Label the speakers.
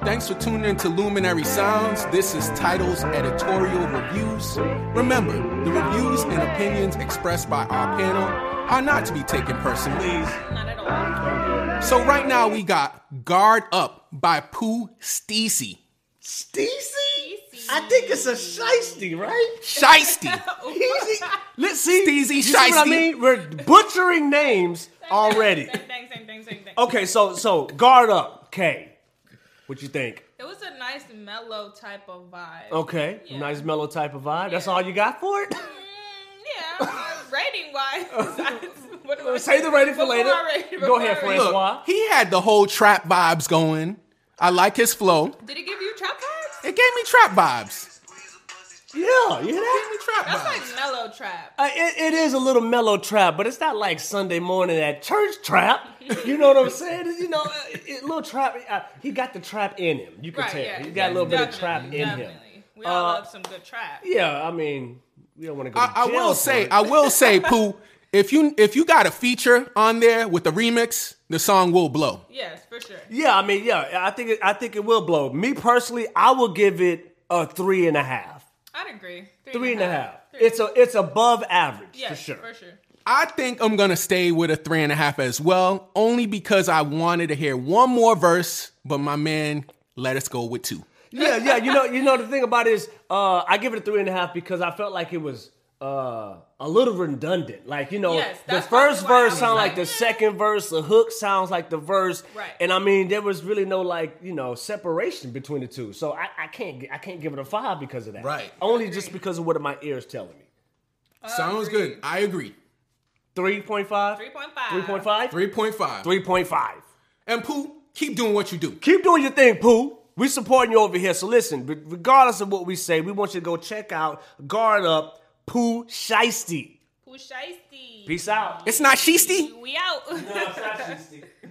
Speaker 1: Thanks for tuning in to Luminary Sounds. This is Titles Editorial Reviews. Remember, the reviews and opinions expressed by our panel are not to be taken personally.
Speaker 2: Not at all.
Speaker 1: So right now we got Guard Up by Pooh Steecy.
Speaker 3: Steezy? I think it's a shiesty, right?
Speaker 1: Shiesty.
Speaker 2: Oh.
Speaker 3: Easy. Let's see.
Speaker 1: Steezy
Speaker 3: you see what I
Speaker 1: shiesty.
Speaker 3: mean? We're butchering names already.
Speaker 2: Same thing, same thing, same thing.
Speaker 3: Okay, so so guard up, K. What you think?
Speaker 2: It was a nice mellow type of vibe.
Speaker 3: Okay,
Speaker 2: Yeah.
Speaker 3: nice mellow type of vibe. That's
Speaker 2: Yeah.
Speaker 3: all you got for it?
Speaker 2: Mm, yeah, rating wise.
Speaker 3: Save the rating for later. Go ahead, Francis. Why?
Speaker 1: Look, he had the whole trap vibes going. I like his flow.
Speaker 2: Did it give you trap vibes?
Speaker 1: It gave me trap vibes.
Speaker 3: Yeah, you hear
Speaker 1: It gave
Speaker 3: that?
Speaker 1: me trap
Speaker 2: That's
Speaker 1: vibes.
Speaker 2: like mellow trap.
Speaker 3: Uh, it, it is a little mellow trap, but it's not like Sunday morning at church trap. You know what I'm saying? You know, a little trap. Uh, he got the trap in him. You can
Speaker 2: Right,
Speaker 3: tell.
Speaker 2: yeah.
Speaker 3: he got a little bit of
Speaker 2: Definitely,
Speaker 3: trap in him.
Speaker 2: definitely. We all
Speaker 3: Uh,
Speaker 2: love some good trap.
Speaker 3: Yeah, I mean, we don't want to go.
Speaker 1: I, I
Speaker 3: to jail
Speaker 1: will
Speaker 3: for
Speaker 1: say,
Speaker 3: it.
Speaker 1: I will say, Pooh, if you if you got a feature on there with the remix, the song will blow.
Speaker 2: Yes, for sure.
Speaker 3: Yeah, I mean, yeah, I think it, I think it will blow. Me personally, I will give it a three and a half.
Speaker 2: I'd agree.
Speaker 3: Three and a half.
Speaker 2: Three.
Speaker 3: It's a it's above average
Speaker 2: yes,
Speaker 3: for sure.
Speaker 2: For sure.
Speaker 1: I think I'm gonna stay with a three and a half as well, only because I wanted to hear one more verse, but my man let us go with two.
Speaker 3: Yeah, yeah. You know, you know the thing about it is, uh, I give it a three and a half because I felt like it was uh, a little redundant. Like you know,
Speaker 2: Yes,
Speaker 3: the
Speaker 2: that's
Speaker 3: first
Speaker 2: probably why I
Speaker 3: verse
Speaker 2: was
Speaker 3: sounds like,
Speaker 2: like,
Speaker 3: the
Speaker 2: eh.
Speaker 3: second verse, the hook sounds like the verse,
Speaker 2: Right.
Speaker 3: And I mean, there was really no like you know separation between the two. So I, I can't gi- I can't give it a five because of that.
Speaker 1: Right.
Speaker 3: Only just because of what my ears telling me.
Speaker 1: Sounds good. I agree.
Speaker 3: Three point five.
Speaker 2: 3.5.
Speaker 3: Three point five.
Speaker 1: 3.5.
Speaker 3: 3.5.
Speaker 1: And Pooh, keep doing what you do.
Speaker 3: Keep doing your thing, Pooh. We supporting you over here. So listen, re- regardless of what we say, we want you to go check out Guard Up Pooh Shiesty.
Speaker 2: Pusheisty.
Speaker 3: Peace out.
Speaker 1: It's not sheisty.
Speaker 2: We out.
Speaker 3: It's not Shiesty.